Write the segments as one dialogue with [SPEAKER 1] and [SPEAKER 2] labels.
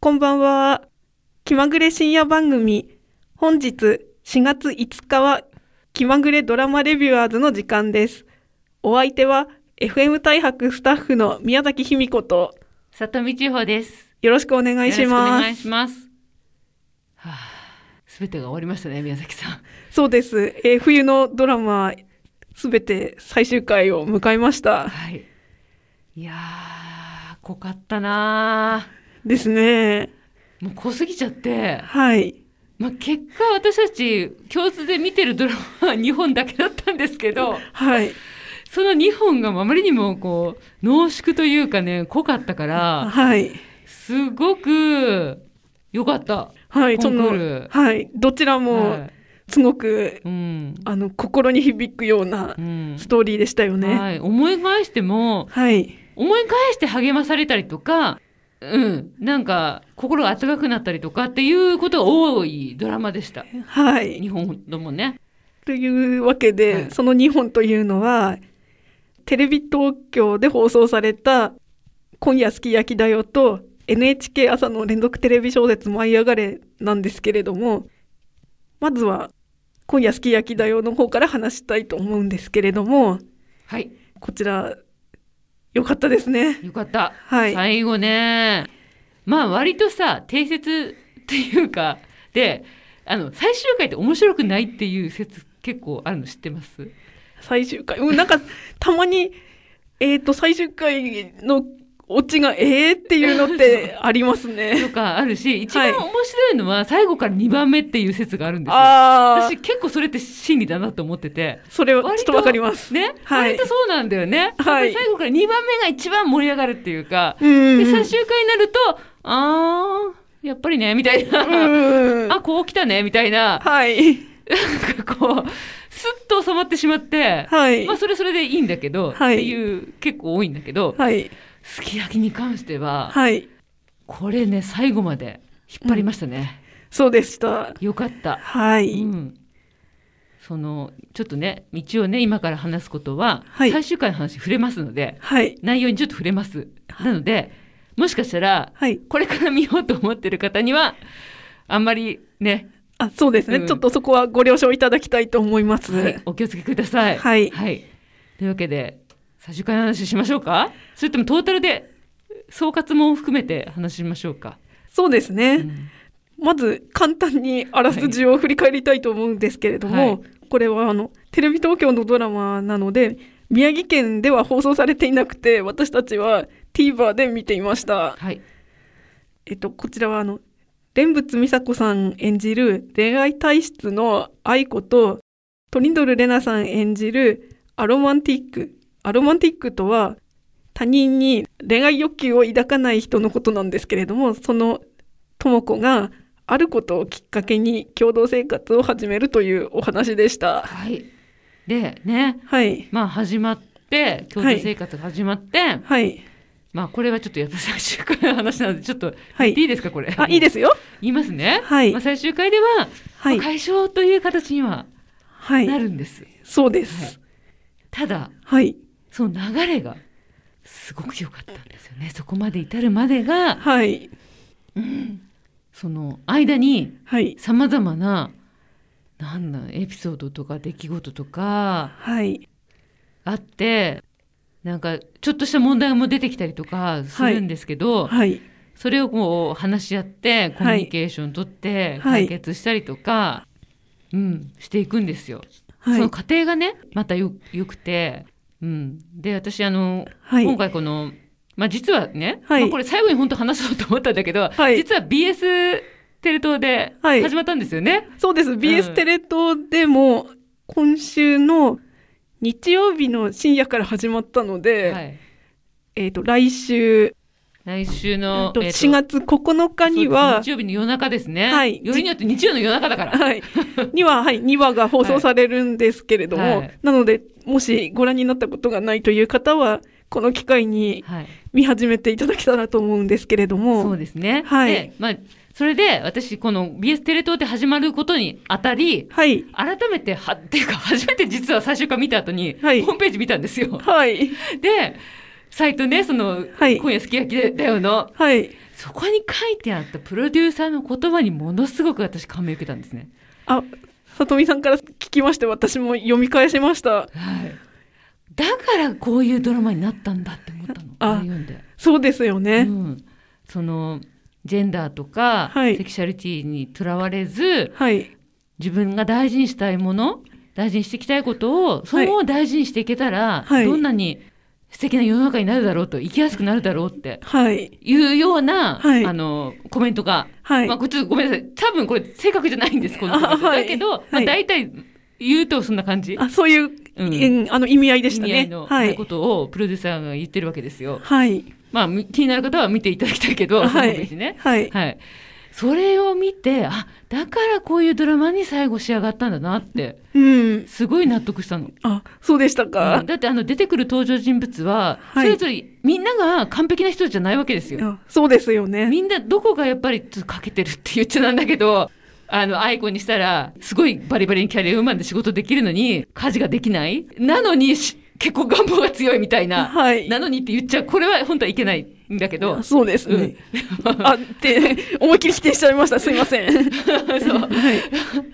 [SPEAKER 1] こんばんは。気まぐれ深夜番組。本日4月5日は気まぐれドラマレビュアーズの時間です。お相手は FM 大白スタッフの宮崎卑美子と
[SPEAKER 2] 里見千穂です。
[SPEAKER 1] よろしくお願いし
[SPEAKER 2] よろしくお
[SPEAKER 1] ま
[SPEAKER 2] 願い
[SPEAKER 1] す。
[SPEAKER 2] します。はあ、すべてが終わりましたね、宮崎さん。
[SPEAKER 1] そうです。えー冬のドラマすべて最終回を迎えました。
[SPEAKER 2] はい。いやー、濃かったな
[SPEAKER 1] ですね。
[SPEAKER 2] ー。もう濃すぎちゃって、
[SPEAKER 1] はい。
[SPEAKER 2] まあ、結果私たち共通で見てるドラマは2本だけだったんですけど、
[SPEAKER 1] はい。
[SPEAKER 2] その2本があまりにもこう濃縮というかね、濃かったから、
[SPEAKER 1] はい。
[SPEAKER 2] すごく良かった。
[SPEAKER 1] はい。
[SPEAKER 2] コ
[SPEAKER 1] そ
[SPEAKER 2] ンクー
[SPEAKER 1] の
[SPEAKER 2] ル、
[SPEAKER 1] はい。どちら
[SPEAKER 2] は
[SPEAKER 1] も
[SPEAKER 2] い
[SPEAKER 1] すごく、
[SPEAKER 2] うん。
[SPEAKER 1] あの、心に響くような
[SPEAKER 2] うん
[SPEAKER 1] ストーリーでしたよね。
[SPEAKER 2] はい、思い返しても、
[SPEAKER 1] はい。
[SPEAKER 2] 思い返して励まされたりとか、うん、なんか心が温かくなったりとかっていうことが多いドラマでした。
[SPEAKER 1] はい。
[SPEAKER 2] 日本のもね。
[SPEAKER 1] というわけで、
[SPEAKER 2] はい
[SPEAKER 1] その2本というのは、テレビ東京で放送された、今夜すき焼きだよと、NHK 朝の連続テレビ小説舞い上がれなんですけれども、まずは、今夜すき焼きだよの方から話したいと思うんですけれども、
[SPEAKER 2] はい、
[SPEAKER 1] こちら、良かったですね。
[SPEAKER 2] よかった。
[SPEAKER 1] はい
[SPEAKER 2] 最後ね、まあ割とさ、定説っていうか、で、あの、最終回って面白くないっていう説結構あるの知ってます
[SPEAKER 1] 最終回。うん、なんか、 たまに、えっ、と、最終回のオチが、えーっていうのってありますね。
[SPEAKER 2] とかあるし、一
[SPEAKER 1] はい
[SPEAKER 2] 番面白いのは最後から2番目っていう説があるんですよ。
[SPEAKER 1] ああ
[SPEAKER 2] 私、結構それって真理だなと思ってて。
[SPEAKER 1] それはちょっとわかります。
[SPEAKER 2] ね、
[SPEAKER 1] はい
[SPEAKER 2] 割とそうなんだよね。
[SPEAKER 1] はい
[SPEAKER 2] 最後から2番目が一番盛り上がるっていうか、
[SPEAKER 1] うんう
[SPEAKER 2] で
[SPEAKER 1] ん。
[SPEAKER 2] 最終回になると、あー、やっぱりね、みたいな。
[SPEAKER 1] うんうん。
[SPEAKER 2] あ、こう来たね、みたいな。
[SPEAKER 1] はい。
[SPEAKER 2] なんかこう、スッと収まってしまって、
[SPEAKER 1] はい
[SPEAKER 2] まあそれそれでいいんだけど、
[SPEAKER 1] はい
[SPEAKER 2] っていう結構多いんだけど、
[SPEAKER 1] はい。
[SPEAKER 2] すき焼きに関しては、
[SPEAKER 1] はい。
[SPEAKER 2] これね、最後まで引っ張りましたね。
[SPEAKER 1] そうでした。
[SPEAKER 2] よかった。
[SPEAKER 1] は
[SPEAKER 2] う
[SPEAKER 1] い。
[SPEAKER 2] ん。その、ちょっとね、道をね、今から話すことは、
[SPEAKER 1] はい
[SPEAKER 2] 最終回の話触れますので、
[SPEAKER 1] はい。
[SPEAKER 2] 内容にちょっと触れます。なので、もしかしたら、
[SPEAKER 1] はい。
[SPEAKER 2] これから見ようと思ってる方には、あんまりね、
[SPEAKER 1] あ、そうですね。
[SPEAKER 2] うん
[SPEAKER 1] ちょっとそこはご了承いただきたいと思います。
[SPEAKER 2] はいお気をつけください。
[SPEAKER 1] はい
[SPEAKER 2] というわけで、最終回の話しましょうかそれともトータルで、総括も含めて話しましょうか。
[SPEAKER 1] そうですね。
[SPEAKER 2] うん
[SPEAKER 1] まず簡単にあらすじを振り返りたいと思うんですけれども、
[SPEAKER 2] はい
[SPEAKER 1] これはあのテレビ東京のドラマなので宮城県では放送されていなくて私たちは TVer で見ていました、
[SPEAKER 2] はい。
[SPEAKER 1] えっと、こちらはあの蓮仏美沙子さん演じる恋愛体質の愛子とトリンドル・レナさん演じるアロマンティックアロマンティックとは他人に恋愛欲求を抱かない人のことなんですけれどもその智子があることをきっかけに共同生活を始めるというお話でした。
[SPEAKER 2] はい。で、ね、
[SPEAKER 1] はい
[SPEAKER 2] まあ始まって、共同生活が始まって、
[SPEAKER 1] はい
[SPEAKER 2] まあこれはちょっとやっぱ最終回の話なので、ちょっと、
[SPEAKER 1] はい
[SPEAKER 2] いいですか、これ。。
[SPEAKER 1] あいいですすよ
[SPEAKER 2] 言いますね。
[SPEAKER 1] はい
[SPEAKER 2] まあ最終回では、
[SPEAKER 1] は
[SPEAKER 2] まあ
[SPEAKER 1] い
[SPEAKER 2] 解消という形には
[SPEAKER 1] は
[SPEAKER 2] ないるんです。
[SPEAKER 1] そうです
[SPEAKER 2] ただ、
[SPEAKER 1] はい
[SPEAKER 2] その流れがすごく良かったんですよね。そこまで至るまでが、
[SPEAKER 1] はい
[SPEAKER 2] その間に
[SPEAKER 1] はい
[SPEAKER 2] 様々な、なんだ、エピソードとか出来事とか
[SPEAKER 1] はい
[SPEAKER 2] あって、なんかちょっとした問題も出てきたりとかするんですけど、
[SPEAKER 1] はい
[SPEAKER 2] それをこう話し合ってコミュニケーション取って
[SPEAKER 1] はい
[SPEAKER 2] 解決したりとか、うん、していくんですよ。
[SPEAKER 1] は
[SPEAKER 2] その
[SPEAKER 1] い
[SPEAKER 2] 過程がねまたよよくて、うん、で私あの、
[SPEAKER 1] はい
[SPEAKER 2] 今回この、まあ、実はね、
[SPEAKER 1] はい
[SPEAKER 2] まあこれ最後に本当話そうと思ったんだけど、
[SPEAKER 1] はい
[SPEAKER 2] 実は BS テレ東で
[SPEAKER 1] はい
[SPEAKER 2] 始まったんですよね。
[SPEAKER 1] そうです。
[SPEAKER 2] う
[SPEAKER 1] BS
[SPEAKER 2] ん
[SPEAKER 1] テレ東でも、今週の日曜日の深夜から始まったの
[SPEAKER 2] は
[SPEAKER 1] で、
[SPEAKER 2] い
[SPEAKER 1] えっ、と、来週、
[SPEAKER 2] 来週の、えーと
[SPEAKER 1] 4月9日に
[SPEAKER 2] そう
[SPEAKER 1] は
[SPEAKER 2] です、日曜日の夜中ですね。
[SPEAKER 1] はい
[SPEAKER 2] よりによって日曜の夜中だから。
[SPEAKER 1] はい。には、はい、2話が放送されるんですけれども、
[SPEAKER 2] はい
[SPEAKER 1] なので、もしご覧になったことがないという方は、この機会に
[SPEAKER 2] はい
[SPEAKER 1] 見始めていただけたらと思うんですけれど
[SPEAKER 2] そ
[SPEAKER 1] も
[SPEAKER 2] う、ですね。
[SPEAKER 1] はい
[SPEAKER 2] で、まあ、それで私、この BS テレ東で始まることにあたり、
[SPEAKER 1] はい。
[SPEAKER 2] 改めては、っていうか、 初めて実は最終回見た後に、
[SPEAKER 1] はい
[SPEAKER 2] ホームページ見たんですよ。
[SPEAKER 1] はい。
[SPEAKER 2] で、サイトね、その、
[SPEAKER 1] はい
[SPEAKER 2] 今夜すき焼きだよの、
[SPEAKER 1] はい。
[SPEAKER 2] そこに書いてあったプロデューサーの言葉にものすごく私感銘を受けたんですね。
[SPEAKER 1] あ、さとみさんから聞きまして、私も読み返しました。
[SPEAKER 2] はい、だからこういうドラマになったんだって思ったの
[SPEAKER 1] あ
[SPEAKER 2] あれ読んで、
[SPEAKER 1] そうですよ
[SPEAKER 2] う
[SPEAKER 1] ね。
[SPEAKER 2] ん、そのジェンダーとか、
[SPEAKER 1] はい
[SPEAKER 2] セクシャリティにとらわれず
[SPEAKER 1] はい。
[SPEAKER 2] 自分が大事にしたいもの大事にしていきたいことをそのまま大事にしていけたら、
[SPEAKER 1] はい
[SPEAKER 2] どんなに素敵な世の中になるだろうと生きやすくなるだろうって
[SPEAKER 1] はい。
[SPEAKER 2] いうような、
[SPEAKER 1] はい
[SPEAKER 2] あのコメントが、
[SPEAKER 1] はい
[SPEAKER 2] まあ、。これちょっとごめんなさい多分これ正確じゃないんですこのコメント
[SPEAKER 1] あはい
[SPEAKER 2] だけど、ま
[SPEAKER 1] は
[SPEAKER 2] あ、
[SPEAKER 1] い
[SPEAKER 2] 大体言うとそんな感じ。
[SPEAKER 1] あ、そういう、
[SPEAKER 2] うん
[SPEAKER 1] うんあの意味合いでし
[SPEAKER 2] 意
[SPEAKER 1] た
[SPEAKER 2] 味合
[SPEAKER 1] ね
[SPEAKER 2] い。の
[SPEAKER 1] はい。
[SPEAKER 2] ことをプロデューサーが言ってるわけですよ。
[SPEAKER 1] はい。
[SPEAKER 2] まあみ気になる方は見ていただきたいけど、
[SPEAKER 1] は
[SPEAKER 2] その時
[SPEAKER 1] い。
[SPEAKER 2] にね。
[SPEAKER 1] はい。
[SPEAKER 2] はい。それを見て、あ、だからこういうドラマに最後仕上がったんだなって、
[SPEAKER 1] うん。
[SPEAKER 2] すごい納得したの。
[SPEAKER 1] あ、そうでしたか
[SPEAKER 2] うん。だってあの出てくる登場人物は、
[SPEAKER 1] はい
[SPEAKER 2] それぞれみんなが完璧な人じゃないわけですよ。
[SPEAKER 1] あそうですよね。
[SPEAKER 2] みんなどこがやっぱりちょっと欠けてるって言っちゃなんだけど、あの、アイコにしたら、すごいバリバリにキャリアウーマンで仕事できるのに、家事ができないなのにし、結構願望が強いみたいな。
[SPEAKER 1] はい。
[SPEAKER 2] なのにって言っちゃう、これは本当はいけないんだけど
[SPEAKER 1] あ、そうですね。あ って、思いっきり否定しちゃいました。すいません。
[SPEAKER 2] そう
[SPEAKER 1] はい。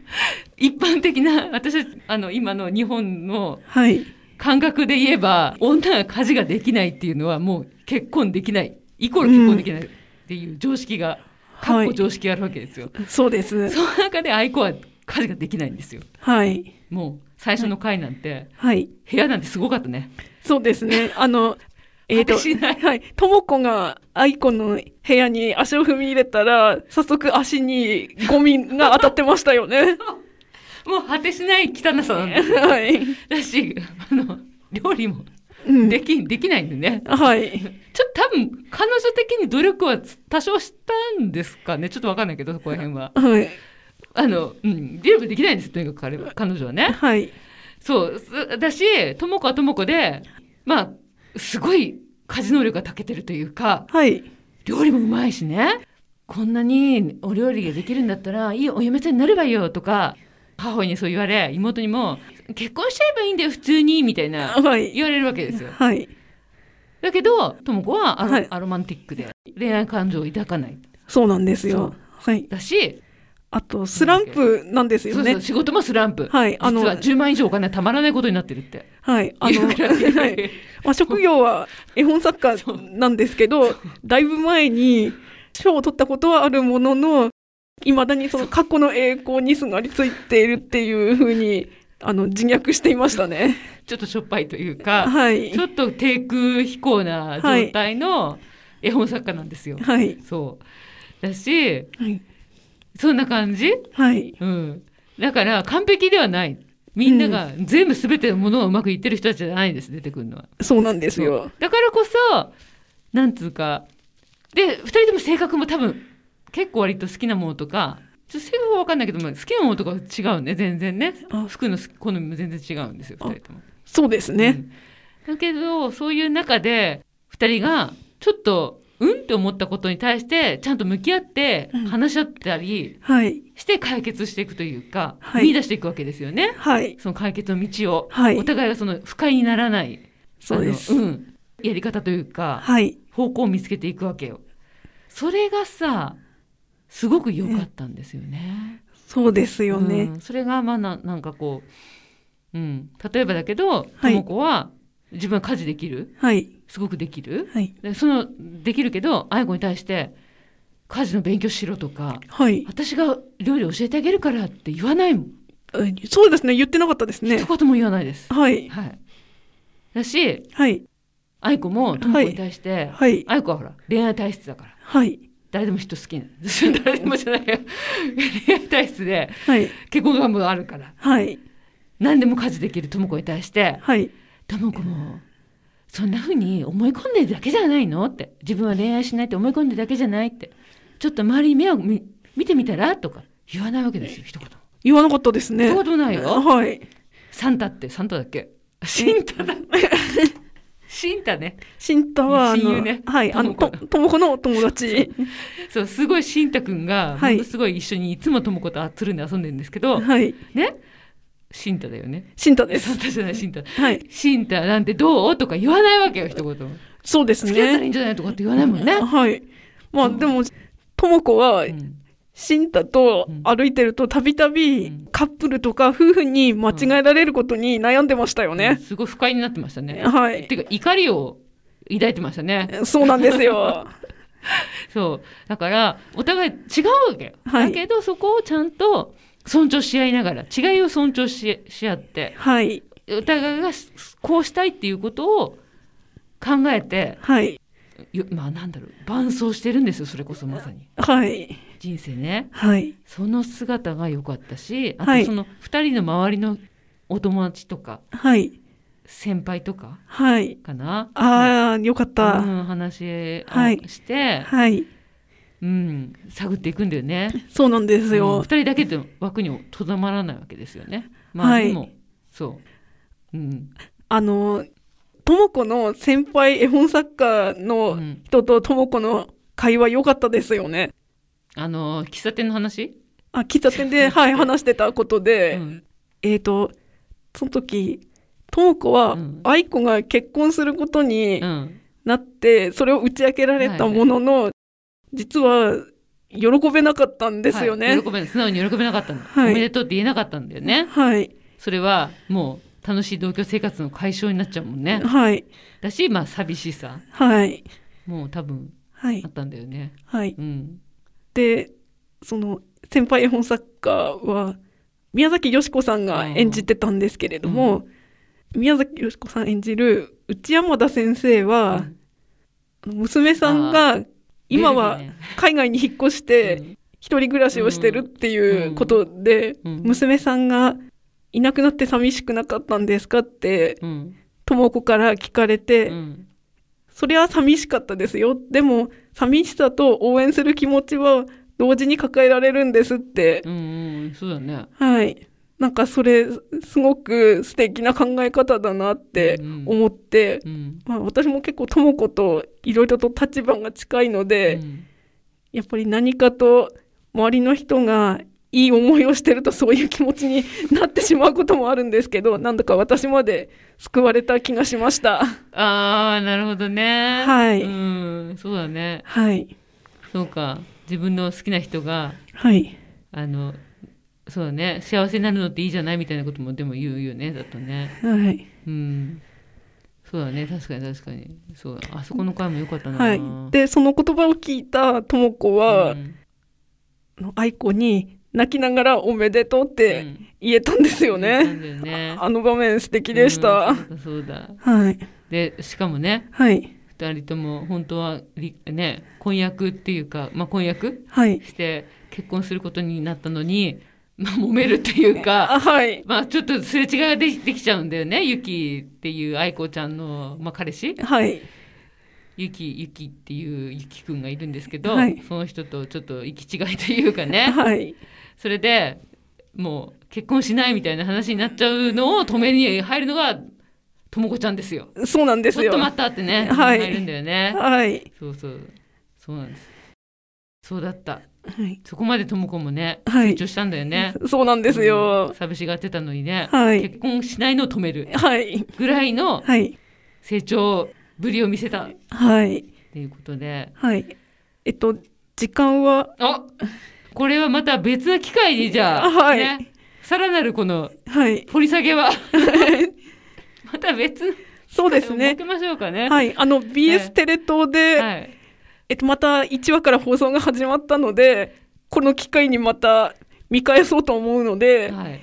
[SPEAKER 2] 一般的な、私たち、あの、今の日本の
[SPEAKER 1] はい。
[SPEAKER 2] 感覚で言えば、女が家事ができないっていうのは、もう結婚できない、イコール結婚できないっていう常識が、かっこ常識があるわけですよ。
[SPEAKER 1] そうです。
[SPEAKER 2] その中で愛子は家事ができないんですよ。
[SPEAKER 1] はい。
[SPEAKER 2] もう、最初の回なんて、
[SPEAKER 1] はい。
[SPEAKER 2] 部屋なんてすごかったね。
[SPEAKER 1] そうですね。あの、えっ、と
[SPEAKER 2] 果てしない、
[SPEAKER 1] はい。ともこがアイコの部屋に足を踏み入れたら、早速足にゴミが当たってましたよ ね。
[SPEAKER 2] もう果てしない汚さなんですよ
[SPEAKER 1] はい。
[SPEAKER 2] だし、あの、料理も
[SPEAKER 1] うん。
[SPEAKER 2] でき、できないんでね。
[SPEAKER 1] はい。
[SPEAKER 2] ちょっと多分彼女的に努力は多少したんですかねちょっとわかんないけどそこら辺は
[SPEAKER 1] はい。
[SPEAKER 2] あの、うん、努力できないんですとにかく彼は彼女はね
[SPEAKER 1] はい。
[SPEAKER 2] そうすだしとも子はとも子でまあすごい家事能力が長けてるというか
[SPEAKER 1] はい。
[SPEAKER 2] 料理もうまいしねこんなにお料理ができるんだったらいいお嫁さんになればいいよとか母親にそう言われ妹にも結婚しちゃえばいいんだよ普通にみたいな
[SPEAKER 1] はい。
[SPEAKER 2] 言われるわけですよ
[SPEAKER 1] はい。
[SPEAKER 2] だけどとも子はアロ,、
[SPEAKER 1] はい
[SPEAKER 2] アロマンティックで恋愛感情を抱かない
[SPEAKER 1] そうなんですよ。はい。
[SPEAKER 2] だし、
[SPEAKER 1] あと、スランプなんですよ
[SPEAKER 2] そうそう
[SPEAKER 1] ね。
[SPEAKER 2] 仕事もスランプ、
[SPEAKER 1] はいあの
[SPEAKER 2] 実は10万以上お金がたまらないことになってるって
[SPEAKER 1] はい。あ
[SPEAKER 2] いう
[SPEAKER 1] の、
[SPEAKER 2] ぐらい
[SPEAKER 1] はい。まあ、職業は絵本作家なんですけど、だいぶ前に賞を取ったことはあるものの、いまだにその過去の栄光にすがりついているっていうふうに、あの、自虐していましたね。
[SPEAKER 2] ちょっとしょっぱいというか
[SPEAKER 1] はい
[SPEAKER 2] ち。ょっと低空飛行な状態の絵本作家なんですよ、
[SPEAKER 1] はい。
[SPEAKER 2] そうだし
[SPEAKER 1] はい。
[SPEAKER 2] そんな感じ
[SPEAKER 1] はい。
[SPEAKER 2] うんだから完璧ではないみんなが全部全てのものをうまくいってる人たちじゃないです出てくるのは
[SPEAKER 1] そうなんですよ。
[SPEAKER 2] だからこそなんつうかで2人とも性格も多分結構割と好きなものとかちょっと性格は分かんないけども好きなものとかは違うね全然ね
[SPEAKER 1] あ
[SPEAKER 2] 服の好き好みも全然違うんですよ
[SPEAKER 1] あ
[SPEAKER 2] 2人とも。
[SPEAKER 1] そうですね。
[SPEAKER 2] うんだけどそういう中で2人がちょっとうんって思ったことに対してちゃんと向き合って
[SPEAKER 1] うん
[SPEAKER 2] 話し合ったり
[SPEAKER 1] はい。
[SPEAKER 2] して解決していくというか、
[SPEAKER 1] はい
[SPEAKER 2] 見出していくわけですよね
[SPEAKER 1] はい。
[SPEAKER 2] その解決の道を、
[SPEAKER 1] はい
[SPEAKER 2] お互いがその不快にならない
[SPEAKER 1] そうです
[SPEAKER 2] あ。のうん、やり方というか、
[SPEAKER 1] はい。
[SPEAKER 2] 方向を見つけていくわけよ。それがさ、すごく良かったんですよね。
[SPEAKER 1] そうですよね。
[SPEAKER 2] うんそれがまあななんかこう、うん、例えばだけど、と
[SPEAKER 1] はい
[SPEAKER 2] も子は自分は家事できる
[SPEAKER 1] はい。
[SPEAKER 2] すごくできる
[SPEAKER 1] はい。
[SPEAKER 2] でそのできるけど愛子に対して家事の勉強しろとか
[SPEAKER 1] はい。
[SPEAKER 2] 私が料理教えてあげるからって言わないもん、
[SPEAKER 1] うんそうですね。言ってなかったですね。
[SPEAKER 2] 一言も言わないです。
[SPEAKER 1] はい。
[SPEAKER 2] はい、だし
[SPEAKER 1] はい。
[SPEAKER 2] 愛子もとも子に対して、
[SPEAKER 1] はい。
[SPEAKER 2] 愛子はほら恋愛体質だから
[SPEAKER 1] はい。
[SPEAKER 2] 誰でも人好きな 誰でもじゃないよ恋愛体質で
[SPEAKER 1] はい。
[SPEAKER 2] 結婚願望があるから
[SPEAKER 1] はい。
[SPEAKER 2] 何でも家事できる智子に対して
[SPEAKER 1] はい。
[SPEAKER 2] 智子もそんな風に思い込んでるだけじゃないのって自分は恋愛しないって思い込んでるだけじゃないってちょっと周りに目を見見てみたらとか言わないわけですよ一言も
[SPEAKER 1] 言わなかったですね。
[SPEAKER 2] 言わないよ
[SPEAKER 1] はい。
[SPEAKER 2] サンタってサンタだっけシンタだシンタね
[SPEAKER 1] シンタは、あ
[SPEAKER 2] 親
[SPEAKER 1] の、
[SPEAKER 2] 友ね
[SPEAKER 1] はい、あの、
[SPEAKER 2] と
[SPEAKER 1] と、
[SPEAKER 2] もこと
[SPEAKER 1] もこのお友達。
[SPEAKER 2] そうすごいシンタくんが
[SPEAKER 1] は
[SPEAKER 2] も
[SPEAKER 1] い
[SPEAKER 2] のすごい一緒にいつも智子とつるんで遊んでるんですけど、
[SPEAKER 1] はい。
[SPEAKER 2] ねシンタだよね
[SPEAKER 1] シンタで
[SPEAKER 2] サ
[SPEAKER 1] す
[SPEAKER 2] ン。タじゃないシンタ
[SPEAKER 1] はい。
[SPEAKER 2] シンタなんてどうとか言わないわけよ一言も
[SPEAKER 1] そうです
[SPEAKER 2] 付き合ったらい
[SPEAKER 1] ね。
[SPEAKER 2] いんじゃないとかって言わないもんね
[SPEAKER 1] はい。まあでも、とも子は
[SPEAKER 2] うん
[SPEAKER 1] シンタと歩いてるとたびたび
[SPEAKER 2] うん
[SPEAKER 1] カップルとか夫婦に間違えられることに悩んでましたよね。
[SPEAKER 2] すごい不快になってましたね。
[SPEAKER 1] はい。
[SPEAKER 2] てか怒りを抱いてましたね。
[SPEAKER 1] そうなんですよ。
[SPEAKER 2] そう。だから、お互い違うわけよ。
[SPEAKER 1] はい
[SPEAKER 2] だけど、そこをちゃんと尊重し合いながら、違いを尊重しし合っ て、
[SPEAKER 1] はい。
[SPEAKER 2] お互いがすこうしたいっていうことを考えて、
[SPEAKER 1] はい。
[SPEAKER 2] よまあなんだろう、伴走してるんですよ、それこそまさに。
[SPEAKER 1] はい。
[SPEAKER 2] 人生ね。
[SPEAKER 1] はい。
[SPEAKER 2] その姿が良かったし、あ
[SPEAKER 1] は
[SPEAKER 2] と
[SPEAKER 1] い
[SPEAKER 2] その二人の周りのお友達とか、
[SPEAKER 1] はい。
[SPEAKER 2] 先輩とか
[SPEAKER 1] はい。
[SPEAKER 2] かな。
[SPEAKER 1] ああ、よかった。
[SPEAKER 2] うん、話を
[SPEAKER 1] はい
[SPEAKER 2] して、
[SPEAKER 1] はい。
[SPEAKER 2] うん、探っていくんだよね。
[SPEAKER 1] そうなんです
[SPEAKER 2] うん
[SPEAKER 1] よ。
[SPEAKER 2] 二人だけで枠にとどまらないわけですよね。まあ、
[SPEAKER 1] はい
[SPEAKER 2] でも、そう。うん。
[SPEAKER 1] あの、とも子の先輩絵本作家
[SPEAKER 2] う
[SPEAKER 1] の
[SPEAKER 2] ん
[SPEAKER 1] 人ととも子の会話良かったですよね。
[SPEAKER 2] あの、喫茶店の話、
[SPEAKER 1] あ、喫茶店 で、はい、話してたことで、
[SPEAKER 2] うん
[SPEAKER 1] えっ、と、その時、とも子は
[SPEAKER 2] うん、
[SPEAKER 1] 愛子が結婚することに
[SPEAKER 2] うん。
[SPEAKER 1] なって、それを打ち明けられたものの、実は、喜べなかったんですよ
[SPEAKER 2] は
[SPEAKER 1] ね
[SPEAKER 2] い。喜べ、素直に喜べなかったの、
[SPEAKER 1] はい
[SPEAKER 2] おめでとうって言えなかったんだよね。
[SPEAKER 1] はい。
[SPEAKER 2] それは、もう、楽しい同居生活の解消になっちゃうもんね。
[SPEAKER 1] はい。
[SPEAKER 2] だし、まあ、寂しさ。
[SPEAKER 1] はい。
[SPEAKER 2] もう多分、
[SPEAKER 1] はい
[SPEAKER 2] あ。ったんだよね。
[SPEAKER 1] はい。
[SPEAKER 2] うん。
[SPEAKER 1] で、その、先輩絵本作家は、宮崎美子さんが演じてたんですけれども、宮崎美子さん演じる内山田先生
[SPEAKER 2] う
[SPEAKER 1] は、
[SPEAKER 2] ん
[SPEAKER 1] あの娘さんが、今は
[SPEAKER 2] ベルギ
[SPEAKER 1] 海外に引っ越し
[SPEAKER 2] ー
[SPEAKER 1] て、
[SPEAKER 2] ね
[SPEAKER 1] 一人暮らしをしてるっていうことで、
[SPEAKER 2] うんうん
[SPEAKER 1] 娘さんがいなくなって寂しくなかったんですかって、
[SPEAKER 2] うん。うん
[SPEAKER 1] とも子から聞かれて、
[SPEAKER 2] うん。
[SPEAKER 1] それは寂しかったですよ。でも、寂しさと応援する気持ちは同時に抱えられるんですって。
[SPEAKER 2] うんうん。そうだね。
[SPEAKER 1] はい。なんかそれ、すごく素敵な考え方だなって思って、
[SPEAKER 2] うん。
[SPEAKER 1] まあ私も結構とも子といろいろと立場が近いので、
[SPEAKER 2] うん
[SPEAKER 1] やっぱり何かと周りの人がいい思いをしてるとそういう気持ちになってしまうこともあるんですけど、 なんだか私まで救われた気がしました。
[SPEAKER 2] ああ、なるほどね。
[SPEAKER 1] はい
[SPEAKER 2] うん、そうだね。
[SPEAKER 1] はい。
[SPEAKER 2] そうか。自分の好きな人が、
[SPEAKER 1] はい。
[SPEAKER 2] あの、そうだね。幸せになるのっていいじゃないみたいなこともでも言うよね。だとね。
[SPEAKER 1] はい。
[SPEAKER 2] うん。そうだね。確かに確かに。そうだ。あそこの回も良かったな。
[SPEAKER 1] はい。で、その言葉を聞いたとも子は
[SPEAKER 2] う、ん
[SPEAKER 1] あの愛子に泣きながらおめでとうって
[SPEAKER 2] ん
[SPEAKER 1] 言えたんですよ
[SPEAKER 2] そうな
[SPEAKER 1] ね。
[SPEAKER 2] んだよね。
[SPEAKER 1] あの場面素敵でした。
[SPEAKER 2] うんそうだそうだ。
[SPEAKER 1] はい。
[SPEAKER 2] で、しかもね、
[SPEAKER 1] はい。
[SPEAKER 2] 二人とも本当はり、ね、婚約っていうか、まあ婚約
[SPEAKER 1] はい。
[SPEAKER 2] して結婚することになったのに、まあ、揉めるという か、
[SPEAKER 1] あ、はい。
[SPEAKER 2] まあ、ちょっとすれ違いができできちゃうんだよね。ゆきっていう愛子ちゃんの、まあ、彼氏
[SPEAKER 1] はい。
[SPEAKER 2] ゆき、ゆきっていうゆきくんがいるんですけど、
[SPEAKER 1] はい
[SPEAKER 2] その人とちょっと行き違いという かね、
[SPEAKER 1] はい。
[SPEAKER 2] それでもう結婚しないみたいな話になっちゃうのを止めに入るのがともこちゃんですよ。
[SPEAKER 1] そうなんです
[SPEAKER 2] ちょっ
[SPEAKER 1] よ
[SPEAKER 2] と。待ったってね、
[SPEAKER 1] はい
[SPEAKER 2] 入るんだよね。
[SPEAKER 1] はい。
[SPEAKER 2] そうそう、そうなんです。そうだった。
[SPEAKER 1] はい。
[SPEAKER 2] そこまでともこもね、
[SPEAKER 1] はい
[SPEAKER 2] 成長したんだよね。
[SPEAKER 1] そうなんです
[SPEAKER 2] う
[SPEAKER 1] よ
[SPEAKER 2] ん。寂しがってたのにね、
[SPEAKER 1] はい
[SPEAKER 2] 結婚しないのを止める
[SPEAKER 1] はい。
[SPEAKER 2] ぐらいの
[SPEAKER 1] はい。
[SPEAKER 2] 成長ぶりを見せたっ
[SPEAKER 1] はい。
[SPEAKER 2] ていうことで
[SPEAKER 1] はい。えっと、時間は、
[SPEAKER 2] あこれはまた別な機会にじゃあ、
[SPEAKER 1] はい
[SPEAKER 2] ねさらなるこの
[SPEAKER 1] はい。
[SPEAKER 2] 掘り下げは また別の
[SPEAKER 1] そうで
[SPEAKER 2] 機会
[SPEAKER 1] す
[SPEAKER 2] を
[SPEAKER 1] ね
[SPEAKER 2] 設。けましょうかね。
[SPEAKER 1] はい。あの、BS テレ東で、
[SPEAKER 2] はい
[SPEAKER 1] えっと、また1話から放送が始まったので、この機会にまた見返そうと思うので、
[SPEAKER 2] はい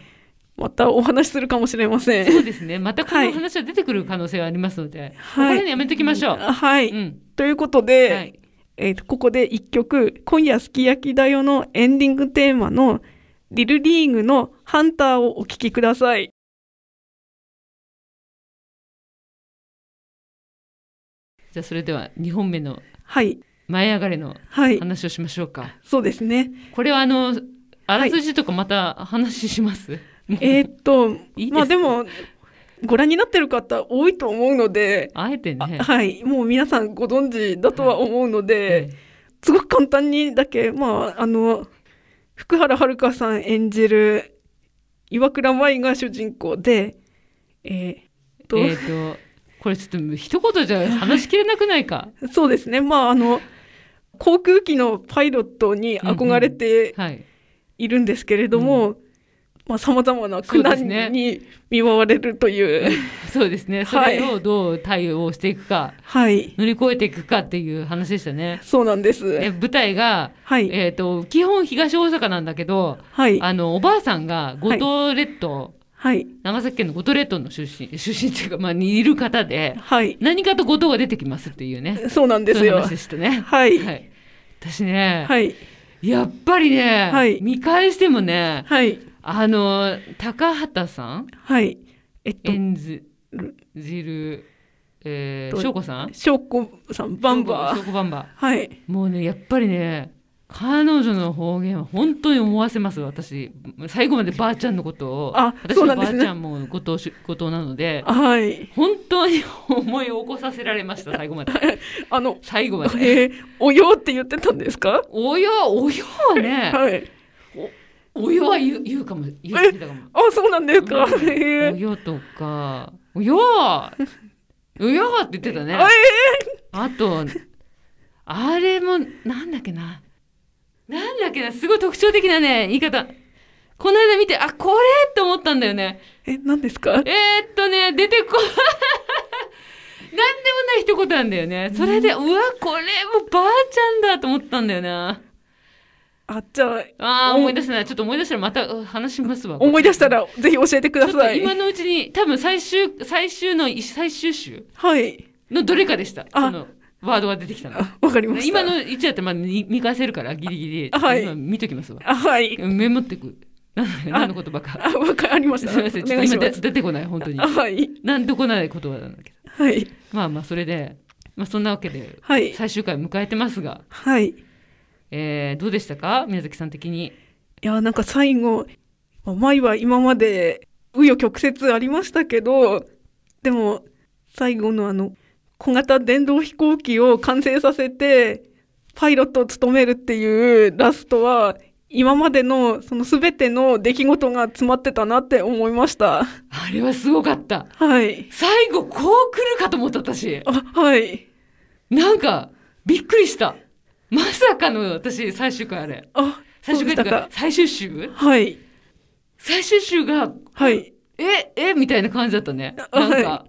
[SPEAKER 1] またお話しするかもしれませ。
[SPEAKER 2] そうんですねまたこの話は出てくる可能性はありますので、
[SPEAKER 1] はい
[SPEAKER 2] これねやめときましょう。
[SPEAKER 1] は
[SPEAKER 2] う
[SPEAKER 1] い。
[SPEAKER 2] ん
[SPEAKER 1] ということで、
[SPEAKER 2] はい
[SPEAKER 1] えっと、ここで1曲、今夜すき焼きだよのエンディングテーマの、リルリーグのハンターをお聴きください。
[SPEAKER 2] じゃあそれでは2本目の
[SPEAKER 1] はい。
[SPEAKER 2] 「舞い上がれ」の
[SPEAKER 1] はい。
[SPEAKER 2] 話をしましょうか。
[SPEAKER 1] そうですね。
[SPEAKER 2] これはあの、あらすじとかまた話します。
[SPEAKER 1] えーっと
[SPEAKER 2] いいですか
[SPEAKER 1] まあでもご覧になってる方多いと思うので、
[SPEAKER 2] あえてね。
[SPEAKER 1] あはいもう皆さんご存知だとは思うので、
[SPEAKER 2] え
[SPEAKER 1] すごく簡単にだけまああの福原遥さん演じる岩倉舞が主人公でえーっ
[SPEAKER 2] え
[SPEAKER 1] と、
[SPEAKER 2] ーと、これちょっと一言じゃ話しきれなくないか。
[SPEAKER 1] そうですねまああの航空機のパイロットに憧れて
[SPEAKER 2] はい。
[SPEAKER 1] いるんですけれども、まあ、様々な苦
[SPEAKER 2] そうですね
[SPEAKER 1] 難に見舞われるという、
[SPEAKER 2] そうですね。そ
[SPEAKER 1] はい
[SPEAKER 2] れをどう対応していくか、
[SPEAKER 1] はい、
[SPEAKER 2] 乗り越えていくかっていう話でしたね。
[SPEAKER 1] そうなんです。
[SPEAKER 2] え舞台が、
[SPEAKER 1] はい、
[SPEAKER 2] えっ、と、基本東大阪なんだけど、
[SPEAKER 1] はい、
[SPEAKER 2] あの、おばあさんが五島列島、
[SPEAKER 1] はい、
[SPEAKER 2] 長崎県の五島列島の出身、出身っていうか、まあ、にいる方で、
[SPEAKER 1] はい、
[SPEAKER 2] 何かと五島が出てきますっていうね。
[SPEAKER 1] そうなんです
[SPEAKER 2] そういう
[SPEAKER 1] よ
[SPEAKER 2] 話。でしたね。
[SPEAKER 1] はい
[SPEAKER 2] はい。私ね、
[SPEAKER 1] はい、
[SPEAKER 2] やっぱりね、
[SPEAKER 1] はい
[SPEAKER 2] 見返してもね、
[SPEAKER 1] はい、
[SPEAKER 2] あの、高畑さん
[SPEAKER 1] はい、えっと、
[SPEAKER 2] 演じじる、えー、
[SPEAKER 1] と
[SPEAKER 2] 翔子さん
[SPEAKER 1] しょうこさん、バンバ
[SPEAKER 2] 翔
[SPEAKER 1] ー。
[SPEAKER 2] 子バンバ
[SPEAKER 1] はい、
[SPEAKER 2] ー。もうね、やっぱりね、彼女の方言は本当に思わせます、私。最後までばあちゃんのことを。
[SPEAKER 1] あ
[SPEAKER 2] 私
[SPEAKER 1] そうな
[SPEAKER 2] の
[SPEAKER 1] んで
[SPEAKER 2] ばあ
[SPEAKER 1] すね
[SPEAKER 2] ちゃんも後藤し後藤なので、
[SPEAKER 1] はい、
[SPEAKER 2] 本当に思い起こさせられました、最後まで。
[SPEAKER 1] あの、
[SPEAKER 2] 最後ま で。
[SPEAKER 1] えー、およって言ってたんですか。
[SPEAKER 2] およ、およはね、
[SPEAKER 1] はい、
[SPEAKER 2] およは言う言うかも、言ってたかも。
[SPEAKER 1] あ、そうなんですか。
[SPEAKER 2] うん
[SPEAKER 1] え
[SPEAKER 2] お
[SPEAKER 1] ー
[SPEAKER 2] よとか、およおよって言ってたね。
[SPEAKER 1] あ
[SPEAKER 2] あと、あれも、なんだっけな。なんだっけな、すごい特徴的なね、言い方。この間見て、あ、これって思ったんだよね。
[SPEAKER 1] え、え、なんですか。
[SPEAKER 2] えー、っとね、出てこ、 なんでもない一言なんだよね。それで、うわ、これもばあちゃんだと思ったんだよな。
[SPEAKER 1] あ、じゃ
[SPEAKER 2] ああ、
[SPEAKER 1] お
[SPEAKER 2] 思い出せない。ちょっと思い出したらまたうん話しますわ
[SPEAKER 1] あ、。思い出した
[SPEAKER 2] ら
[SPEAKER 1] ら、ぜひ教えてく
[SPEAKER 2] ち
[SPEAKER 1] だ
[SPEAKER 2] ょっと
[SPEAKER 1] さい。
[SPEAKER 2] 今のうちに、多分最終、最終の、最終集
[SPEAKER 1] はい、
[SPEAKER 2] のどれかでした。
[SPEAKER 1] あ
[SPEAKER 2] その、ワードが出てきたの。
[SPEAKER 1] あ、わかりました。
[SPEAKER 2] 今の1だってまだ見見返せるからギリギリ、
[SPEAKER 1] あはい
[SPEAKER 2] 今見ときますわ
[SPEAKER 1] あ、はい、
[SPEAKER 2] メモってくなんだ
[SPEAKER 1] あ
[SPEAKER 2] 何のことばか
[SPEAKER 1] あ、わかりますした。
[SPEAKER 2] みませんちょっと今出出てこない本当に
[SPEAKER 1] あはい、
[SPEAKER 2] なんとこない言葉なんだけど
[SPEAKER 1] はい、
[SPEAKER 2] まあまあそれで、まあ、そんなわけで
[SPEAKER 1] はい、
[SPEAKER 2] 最終回迎えてますが、
[SPEAKER 1] はい。い
[SPEAKER 2] えーどうでしたか宮崎さん的に
[SPEAKER 1] や、なんか最後、まあ舞は今まで紆余曲折ありましたけど、でも、最後のあの、小型電動飛行機を完成させて、パイロットを務めるっていうラストは、今までのその全ての出来事が詰まってたなって思いました。
[SPEAKER 2] あれはすごかった
[SPEAKER 1] はい。
[SPEAKER 2] 最後こう来るかと思った私
[SPEAKER 1] あ、はい。
[SPEAKER 2] なんかびっくりしたまさかの私最終回あれ
[SPEAKER 1] あ、
[SPEAKER 2] 最終回と
[SPEAKER 1] そうで
[SPEAKER 2] か
[SPEAKER 1] し
[SPEAKER 2] 最終
[SPEAKER 1] た
[SPEAKER 2] 週
[SPEAKER 1] か。はい。
[SPEAKER 2] 最終週が
[SPEAKER 1] はい。
[SPEAKER 2] ええみたいな感じだったね。
[SPEAKER 1] あ
[SPEAKER 2] なんか、
[SPEAKER 1] は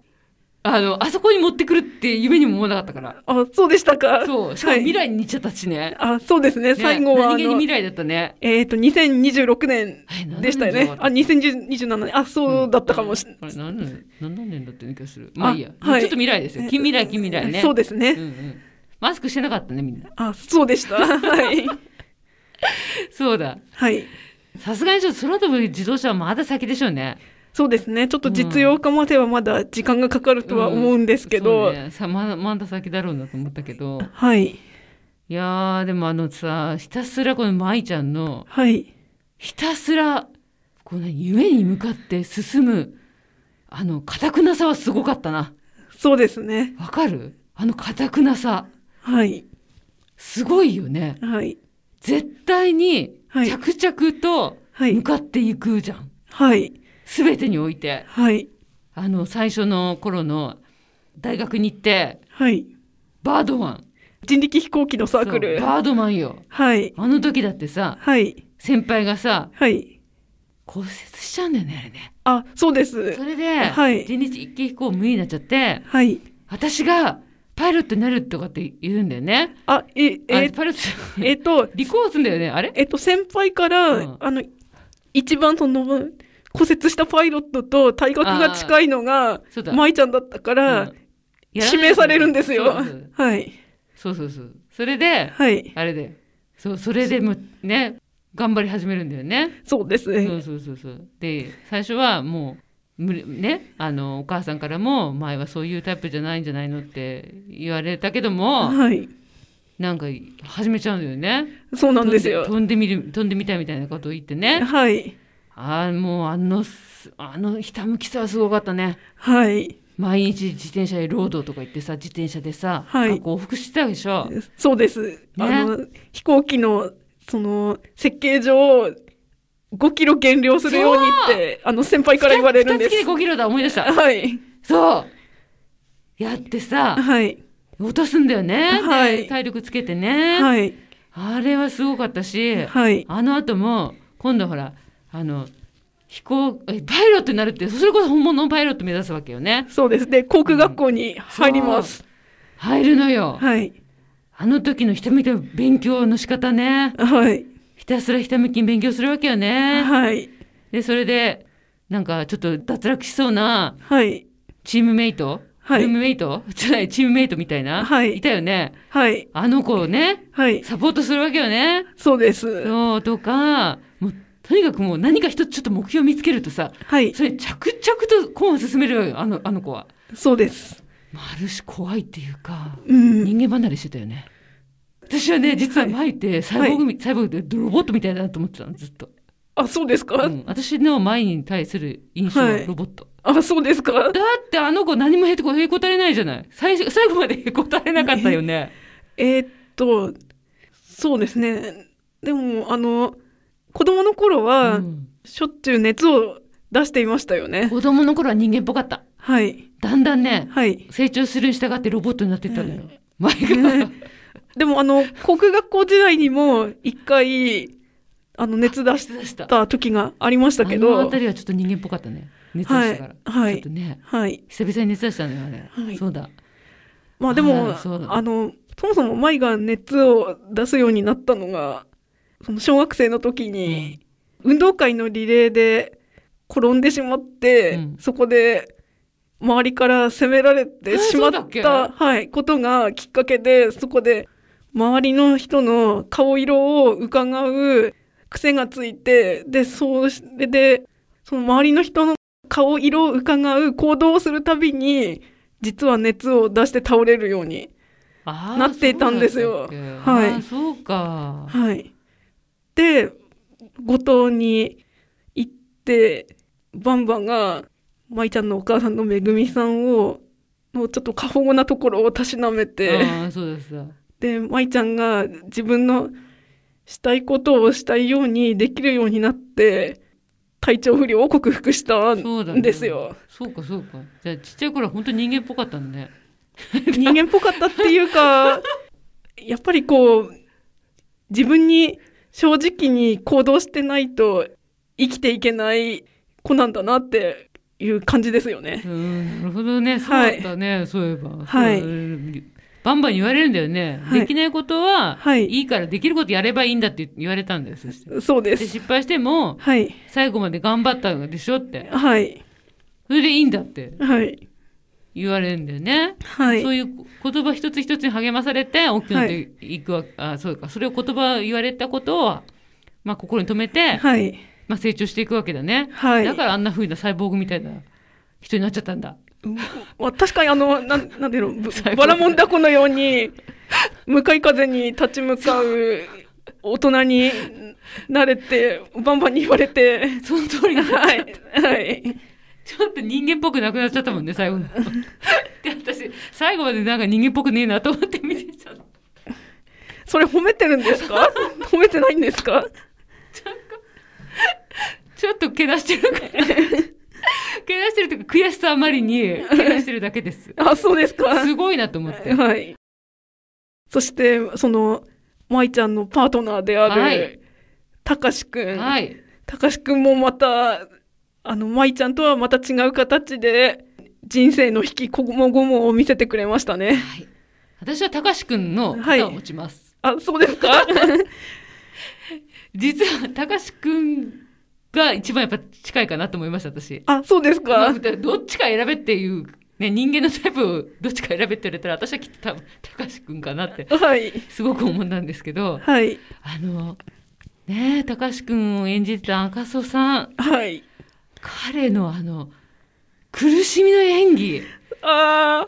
[SPEAKER 2] あの、あそこに持ってくるって夢にも思わなかったから。
[SPEAKER 1] あ、そうでしたか。
[SPEAKER 2] そう、しかも
[SPEAKER 1] はい
[SPEAKER 2] 未来に似ちゃったしね。
[SPEAKER 1] あ、そうですね。
[SPEAKER 2] ね
[SPEAKER 1] 最後は、あ
[SPEAKER 2] 何気に
[SPEAKER 1] の
[SPEAKER 2] 未、来だったね。
[SPEAKER 1] えっ、と、2026年
[SPEAKER 2] はい
[SPEAKER 1] でしたよね。あ、
[SPEAKER 2] 何年
[SPEAKER 1] 2027年。あ、そうだったかもしれ
[SPEAKER 2] あれ、何年、何年だったような気がする。まあいいや。ちょ
[SPEAKER 1] は
[SPEAKER 2] っ
[SPEAKER 1] い
[SPEAKER 2] と未来ですよ。近未来、近未来ね。
[SPEAKER 1] そうです
[SPEAKER 2] うん
[SPEAKER 1] ね。
[SPEAKER 2] うん。マスクしてなかったね、みんな。
[SPEAKER 1] あ、そうで した。はい。
[SPEAKER 2] そうだ。
[SPEAKER 1] はい。
[SPEAKER 2] さすがにちょっと空飛ぶ自動車はまだ先でしょうね。
[SPEAKER 1] そうですね。ちょっと実用化まではまだ時間がかかるとは思うんですけど。
[SPEAKER 2] そうね、さまだまだ先だろうなと思ったけど。
[SPEAKER 1] はい。
[SPEAKER 2] いやー、でもあのさ、ひたすらこの舞ちゃんの、
[SPEAKER 1] はい。
[SPEAKER 2] ひたすらこう、ね、夢に向かって進むあの堅くなさはすごかったな
[SPEAKER 1] そうですね。
[SPEAKER 2] わかるあの堅くなさ
[SPEAKER 1] はい。
[SPEAKER 2] すごいよね
[SPEAKER 1] はい。
[SPEAKER 2] 絶対に
[SPEAKER 1] はい
[SPEAKER 2] 着々と
[SPEAKER 1] はい
[SPEAKER 2] 向かっていくじゃん、
[SPEAKER 1] はい。
[SPEAKER 2] 全てにおいて
[SPEAKER 1] はい。
[SPEAKER 2] あの最初の頃の大学に行って
[SPEAKER 1] はい。
[SPEAKER 2] バードマン
[SPEAKER 1] 人力飛行機のサークル
[SPEAKER 2] そう。バードマンよ
[SPEAKER 1] はい。
[SPEAKER 2] あの時だってさ
[SPEAKER 1] はい。
[SPEAKER 2] 先輩がさ
[SPEAKER 1] はい。
[SPEAKER 2] 骨折しちゃうんだよねあれね
[SPEAKER 1] あ、そうです
[SPEAKER 2] そ。れで、
[SPEAKER 1] はい
[SPEAKER 2] 人力一気飛行無理になっちゃって
[SPEAKER 1] はい。
[SPEAKER 2] 私がパイロットになるとかって言うんだよね。
[SPEAKER 1] あ、え、
[SPEAKER 2] あ
[SPEAKER 1] えっ、
[SPEAKER 2] パイロット、
[SPEAKER 1] えっと、
[SPEAKER 2] 離婚するんだよね、あれ
[SPEAKER 1] えっと、先輩から、
[SPEAKER 2] うん
[SPEAKER 1] あの、一番その、骨折したパイロットと体格が近いのが
[SPEAKER 2] そう、だ。
[SPEAKER 1] 舞ちゃんだったから、
[SPEAKER 2] うん
[SPEAKER 1] 指名されるんですよ。はい。
[SPEAKER 2] そうそうそうそうそう。それで、
[SPEAKER 1] はい。
[SPEAKER 2] あれで、そう、それでもね、頑張り始めるんだよね。
[SPEAKER 1] そうですね。
[SPEAKER 2] そうそうそうそう。で、最初はもう、無理ね、あのお母さんからも前はそういうタイプじゃないんじゃないのって言われたけども
[SPEAKER 1] はい。
[SPEAKER 2] なんか始めちゃうんだよね
[SPEAKER 1] そうなんですよ。
[SPEAKER 2] 飛んで飛んでみる飛んでみたいみたいなことを言ってね
[SPEAKER 1] はい。
[SPEAKER 2] ああもうあのすあのひたむきさはすごかったね
[SPEAKER 1] はい。
[SPEAKER 2] 毎日自転車で労働とか行ってさ自転車でさ、
[SPEAKER 1] はい
[SPEAKER 2] 学校往復してたでしょ
[SPEAKER 1] そうです。あの、飛行機の、その、設計上、5キロ減量するようにって、あの、先輩から言われるんです
[SPEAKER 2] 二。月で5キロだ思い出した
[SPEAKER 1] はい。
[SPEAKER 2] そうやってさ
[SPEAKER 1] はい。
[SPEAKER 2] 落とすんだよね。
[SPEAKER 1] はい
[SPEAKER 2] で体力つけてね。
[SPEAKER 1] はい。
[SPEAKER 2] あれはすごかったし、
[SPEAKER 1] はい。
[SPEAKER 2] あの後も、今度ほら、あの、飛行、えパイロットになるって、それこそ本物のパイロット目指すわけよね。
[SPEAKER 1] そうですね。航空学校に入ります。
[SPEAKER 2] 入るのよ。
[SPEAKER 1] はい。
[SPEAKER 2] あの時のひたむきの勉強の仕方ね。
[SPEAKER 1] はい。
[SPEAKER 2] ひたすらひたむきに勉強するわけよね。
[SPEAKER 1] はい。
[SPEAKER 2] で、それで、なんかちょっと脱落しそうな
[SPEAKER 1] はい。
[SPEAKER 2] チームメイト、
[SPEAKER 1] はい
[SPEAKER 2] ルームメイトじゃない、チームメイトみたいな、
[SPEAKER 1] はい
[SPEAKER 2] たよね。
[SPEAKER 1] はい。
[SPEAKER 2] あの子をね、
[SPEAKER 1] はい。
[SPEAKER 2] サポートするわけよね。
[SPEAKER 1] そうです。
[SPEAKER 2] そう、とか、もう、とにかくもう何か一つちょっと目標見つけるとさ、
[SPEAKER 1] はい。
[SPEAKER 2] それ着々とコーンを進めるわよ、あの、あの子は。
[SPEAKER 1] そうです。
[SPEAKER 2] まあ、ある種怖いっていうか、
[SPEAKER 1] うん。
[SPEAKER 2] 人間離れしてたよね。私はね、実は前って、サイボーグみ、サイボーグってロボットみたいだなと思ってたの、ずっと。
[SPEAKER 1] あ、そうですか、
[SPEAKER 2] うん、私の前に対する印象
[SPEAKER 1] は
[SPEAKER 2] はいロボット。
[SPEAKER 1] あ、そうですか
[SPEAKER 2] だってあの子何もへこへこたれないじゃない最初最後までへこたれなかったよね。
[SPEAKER 1] えーっと、そうですね。でも、あの、子供の頃は、
[SPEAKER 2] うん
[SPEAKER 1] しょっちゅう熱を出していましたよね。
[SPEAKER 2] 子供の頃は人間っぽかった。
[SPEAKER 1] はい。
[SPEAKER 2] だんだんね、
[SPEAKER 1] はい。
[SPEAKER 2] 成長するに従ってロボットになってったのよ。前
[SPEAKER 1] ね
[SPEAKER 2] が。
[SPEAKER 1] でも、あの、航空学校時代にも、一回、あの、熱出し
[SPEAKER 2] 出した。あ
[SPEAKER 1] た時がありましたけ
[SPEAKER 2] の
[SPEAKER 1] ど
[SPEAKER 2] 辺、りはちょっと人間っぽかったね。熱出
[SPEAKER 1] は
[SPEAKER 2] したから
[SPEAKER 1] い。。は
[SPEAKER 2] ちょっ
[SPEAKER 1] い
[SPEAKER 2] と。ね、
[SPEAKER 1] はい。
[SPEAKER 2] 久々に熱出したのよ、あれ。
[SPEAKER 1] はい
[SPEAKER 2] そうだ。
[SPEAKER 1] まあでも、
[SPEAKER 2] あーそうだね
[SPEAKER 1] あの、そもそも舞が熱を出すようになったのが、その小学生の時に、運動会のリレーで転んでしまって、
[SPEAKER 2] うん
[SPEAKER 1] そこで周りから責められ
[SPEAKER 2] え
[SPEAKER 1] てしまっ
[SPEAKER 2] そうだっけ
[SPEAKER 1] た、はい、ことがきっかけで、そこで周りの人の顔色を伺う癖がついて、で、そうしで、で、その周りの人の顔色を伺う行動をするたびに、実は熱を出して倒れるように。
[SPEAKER 2] あー
[SPEAKER 1] なっていたんですよ
[SPEAKER 2] そうだったっけ
[SPEAKER 1] はい
[SPEAKER 2] あーそうか。
[SPEAKER 1] はい。で、後藤に行って、バンバンが、舞ちゃんのお母さんのめぐみさんを、のちょっと過保護なところをたしなめて、
[SPEAKER 2] ああ、そうです。
[SPEAKER 1] で、舞ちゃんが自分のしたいことをしたいようにできるようになって、体調不良を克服した
[SPEAKER 2] そうだ
[SPEAKER 1] ん
[SPEAKER 2] ね
[SPEAKER 1] ですよ。
[SPEAKER 2] そうか、そうか。じゃあ、ちっちゃい頃は本当に人間っぽかったんだね。
[SPEAKER 1] 人間っぽかったっていうか、 やっぱりこう、自分に正直に行動してないと生きていけない子なんだなっていう感じですよね。
[SPEAKER 2] うん、なるほどね。そうだったね、そういえば。
[SPEAKER 1] はい
[SPEAKER 2] そうバンバン言われるんだよね。
[SPEAKER 1] はい
[SPEAKER 2] できないことは、
[SPEAKER 1] はい
[SPEAKER 2] い、いからできることやればいいんだって言われたんだよ、そして。
[SPEAKER 1] そうで。
[SPEAKER 2] です失敗しても、
[SPEAKER 1] はい。
[SPEAKER 2] 最後まで頑張ったんでしょって。
[SPEAKER 1] はい。
[SPEAKER 2] それでいいんだって
[SPEAKER 1] はい。
[SPEAKER 2] 言われるんだよね。
[SPEAKER 1] は
[SPEAKER 2] そう
[SPEAKER 1] い。
[SPEAKER 2] いう言葉一つ一つに励まされて、大きくなっていくわけ、あ、そうか。それを言葉言われたことを、まあ心に留めて、
[SPEAKER 1] はい。
[SPEAKER 2] まあ成長していくわけだね。
[SPEAKER 1] はい
[SPEAKER 2] だからあんな風なサイボーグみたいな人になっちゃったんだ。
[SPEAKER 1] まあ、確かにあの、なん、なんていうのぶ
[SPEAKER 2] 最、後
[SPEAKER 1] バラモンダコのように、向かい風に立ち向かう大人になれて、バンバンに言われて、
[SPEAKER 2] その通りだ。
[SPEAKER 1] はい。はい。
[SPEAKER 2] ちょっと人間っぽくなくなっちゃったもんね、最 後の。で、私、最後までなんか人間っぽくねえなと思って見てちゃった。
[SPEAKER 1] それ褒めてるんです か褒めてないんですか
[SPEAKER 2] ちょっとけなし てるから。けなしてるというか、悔しさあまりに、けなしてるだけ です。
[SPEAKER 1] あ、そうですか。
[SPEAKER 2] すごいなと思って。
[SPEAKER 1] はい。そして、その、舞ちゃんのパートナーであ
[SPEAKER 2] は
[SPEAKER 1] る
[SPEAKER 2] い、
[SPEAKER 1] たかしくん。
[SPEAKER 2] はい。
[SPEAKER 1] たかしくんもまた、あの、舞ちゃんとはまた違う形で、人生の引きこもごもを見せてくれましたね。
[SPEAKER 2] はい、私はたかしくんの肩を持ちます。
[SPEAKER 1] あ、そうです か
[SPEAKER 2] 実は、たかしくんが一番やっぱ近いかなと思いました、私。
[SPEAKER 1] あ、そうです
[SPEAKER 2] まあ
[SPEAKER 1] か
[SPEAKER 2] どっちか選べっていう、ね、人間のタイプを どっちか選べって言われたら、私はきっと多分、たかしくんかな って、
[SPEAKER 1] はい。
[SPEAKER 2] すごく思ったんですけど、
[SPEAKER 1] はい。
[SPEAKER 2] あの、ねえ、たかしくんを演じてた赤楚さん、
[SPEAKER 1] はい。
[SPEAKER 2] 彼のあの、苦しみの演技、
[SPEAKER 1] あ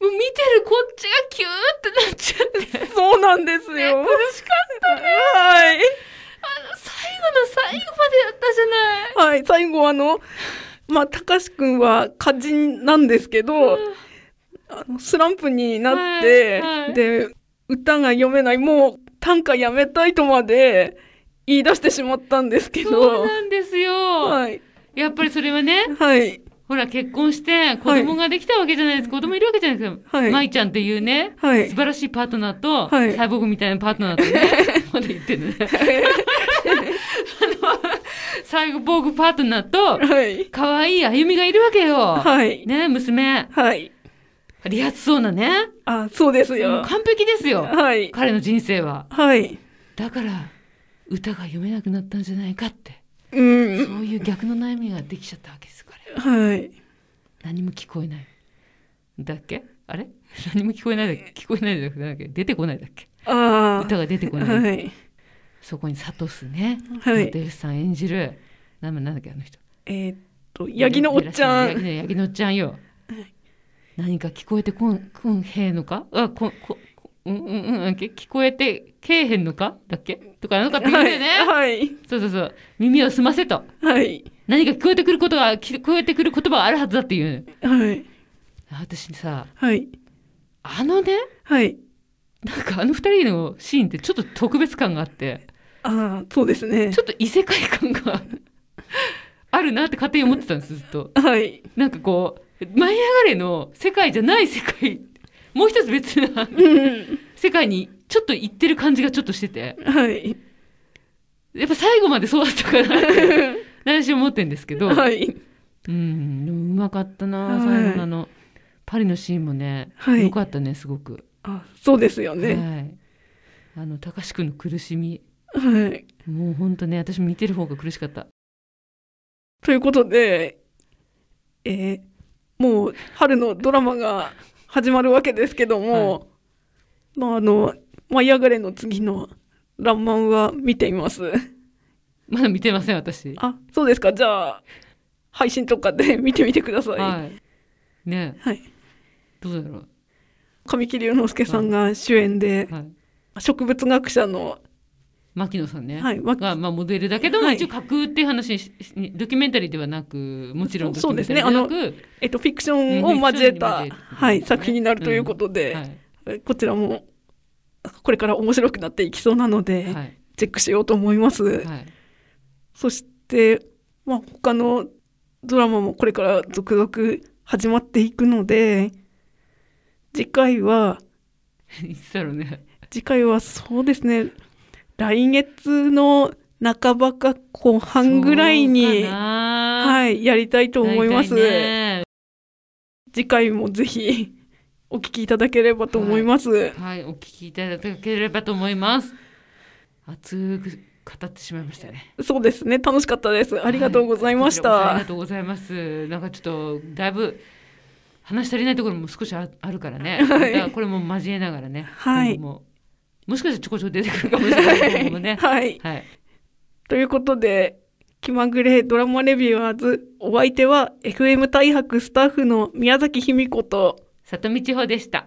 [SPEAKER 2] もう見てるこっちがキューってなっちゃって、
[SPEAKER 1] ー、そうなんです
[SPEAKER 2] ね、
[SPEAKER 1] よ。
[SPEAKER 2] 苦しかったね。
[SPEAKER 1] はい。
[SPEAKER 2] 最後の最後までやったじゃない。
[SPEAKER 1] はい、最後あの、まあ、たかしくんは歌人なんですけど、あのスランプになって、
[SPEAKER 2] はいはい
[SPEAKER 1] で、歌が読めない、もう短歌やめたいとまで言い出してしまったんですけ
[SPEAKER 2] そう
[SPEAKER 1] ど、
[SPEAKER 2] なんですよ。
[SPEAKER 1] はい、
[SPEAKER 2] やっぱりそれはね、
[SPEAKER 1] はい、
[SPEAKER 2] ほら、結婚して、子供ができたわけじゃないですか。子供いるわけじゃないですか。
[SPEAKER 1] はい
[SPEAKER 2] 舞ちゃんっていうね、
[SPEAKER 1] はい
[SPEAKER 2] 素晴らしいパートナーと、
[SPEAKER 1] はい
[SPEAKER 2] サイボーグみたいなパートナーと ね、まだ言ってるね。あの、サイボーグパートナーと、
[SPEAKER 1] はい。
[SPEAKER 2] 可愛い歩みがいるわけよ。
[SPEAKER 1] はい。
[SPEAKER 2] ね、娘。
[SPEAKER 1] はい。
[SPEAKER 2] ありやすそうなね。
[SPEAKER 1] あ、そうです
[SPEAKER 2] もう
[SPEAKER 1] よ。
[SPEAKER 2] 完璧ですよ。
[SPEAKER 1] はい。
[SPEAKER 2] 彼の人生は。
[SPEAKER 1] はい。
[SPEAKER 2] だから、歌が読めなくなったんじゃないかって。
[SPEAKER 1] う
[SPEAKER 2] そ
[SPEAKER 1] ん。
[SPEAKER 2] ういう逆の悩みができちゃったわけです、彼。
[SPEAKER 1] はい。
[SPEAKER 2] 何も聞こえない。だっけあれ何も聞こえないだっけ聞こえないじゃなくてなんだっけ出てこないだっけ
[SPEAKER 1] あ
[SPEAKER 2] 歌が出て
[SPEAKER 1] あ。
[SPEAKER 2] こない。
[SPEAKER 1] はい。
[SPEAKER 2] そこにサトスね。
[SPEAKER 1] はい
[SPEAKER 2] モデルさん演じる。なんなんだっけあの人。
[SPEAKER 1] えーっと、ヤギのおっちゃ
[SPEAKER 2] ヤギ
[SPEAKER 1] ん。
[SPEAKER 2] のヤギのおっちゃんよ。何か聞こえてこん、こんへんのかあ、こん、こ、こうんうんうんうん、け聞こえてけえへんのかだっけとかなんかって言うんだよね。
[SPEAKER 1] はい。
[SPEAKER 2] そうそうそう。耳を澄ませと。
[SPEAKER 1] はい。
[SPEAKER 2] 何か聞こえてくることが、聞こえてくる言葉があるはずだっていう。
[SPEAKER 1] はい。
[SPEAKER 2] あ私さ、
[SPEAKER 1] はい。
[SPEAKER 2] あのね、
[SPEAKER 1] はい。
[SPEAKER 2] なんかあの二人のシーンってちょっと特別感があって、
[SPEAKER 1] ああ、そうですね
[SPEAKER 2] ち。ょっと異世界感があるなって勝手に思ってたんです、ずっと。
[SPEAKER 1] はい。
[SPEAKER 2] なんかこう、舞い上がれの世界じゃない世界、もう一つ別な
[SPEAKER 1] うん。
[SPEAKER 2] 世界にちょっと行ってる感じがちょっとしてて、
[SPEAKER 1] はい。
[SPEAKER 2] やっぱ最後までそうだったか なって、私は思ってんですけど、
[SPEAKER 1] はい。
[SPEAKER 2] うん、でもうまかったな、
[SPEAKER 1] はい
[SPEAKER 2] 最後のあの、パリのシーンもね、
[SPEAKER 1] はい
[SPEAKER 2] よかったね、すごく。
[SPEAKER 1] あ、そうですよね。
[SPEAKER 2] はい。あの、高志くんの苦しみ、
[SPEAKER 1] はい。
[SPEAKER 2] もうほんとね、私も見てる方が苦しかった。
[SPEAKER 1] ということで、えーもう春のドラマが始まるわけですけども、まああの「舞い上がれ!」の次の「らんまん」は見ています。
[SPEAKER 2] まだ見てません、私。
[SPEAKER 1] あそうですかじゃあ配信とかで見てみてください。はい
[SPEAKER 2] はい。ねどうだろ
[SPEAKER 1] 神木隆之介さんが主演で
[SPEAKER 2] う。はい。
[SPEAKER 1] 植物学者の、
[SPEAKER 2] 牧野さんね。
[SPEAKER 1] はい牧
[SPEAKER 2] が、まあ、モデルだけど、
[SPEAKER 1] はい
[SPEAKER 2] 一応架空っていう話にしにドキュメンタリーではなく、もちろんドキ
[SPEAKER 1] そ
[SPEAKER 2] ュ
[SPEAKER 1] う
[SPEAKER 2] メ
[SPEAKER 1] で
[SPEAKER 2] ン
[SPEAKER 1] すね
[SPEAKER 2] タリーではなく、
[SPEAKER 1] えっとフィクションを交えた、
[SPEAKER 2] うんフィクションに交えて
[SPEAKER 1] はい、作品になるということで、こちらもこれから面白くなっていきそうなので、
[SPEAKER 2] はい。はい。
[SPEAKER 1] チェックしようと思います。
[SPEAKER 2] はい。
[SPEAKER 1] そして、まあ、他のドラマもこれから続々始まっていくので、次回は、
[SPEAKER 2] いつだろうね。
[SPEAKER 1] 次回はそうですね、来月の半ばか後半ぐらいに、
[SPEAKER 2] は
[SPEAKER 1] はい、やりたいと思います。
[SPEAKER 2] ね、
[SPEAKER 1] 次回もぜひ お聞きいただければと思います。
[SPEAKER 2] はい。お聞きいただければと思います。熱く語ってしまいましたね。
[SPEAKER 1] そうですね、楽しかったです。ありがとうございまし
[SPEAKER 2] はいあ
[SPEAKER 1] た
[SPEAKER 2] りが。とうございます。なんかちょっとだいぶ話し足りないところも少しああるからね。
[SPEAKER 1] はい
[SPEAKER 2] またこれも交えながらね。
[SPEAKER 1] はい
[SPEAKER 2] 今後ももしかしたらちょこちょこ出てくるかもしれないけどもね。
[SPEAKER 1] はい。
[SPEAKER 2] はい。
[SPEAKER 1] ということで、気まぐれドラマレビュアーズ、お相手は FM 大白スタッフの宮崎卑美子と、
[SPEAKER 2] 里見千穂でした。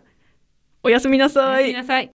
[SPEAKER 1] おやすみな
[SPEAKER 2] お
[SPEAKER 1] さ
[SPEAKER 2] やす
[SPEAKER 1] い
[SPEAKER 2] み。なさい。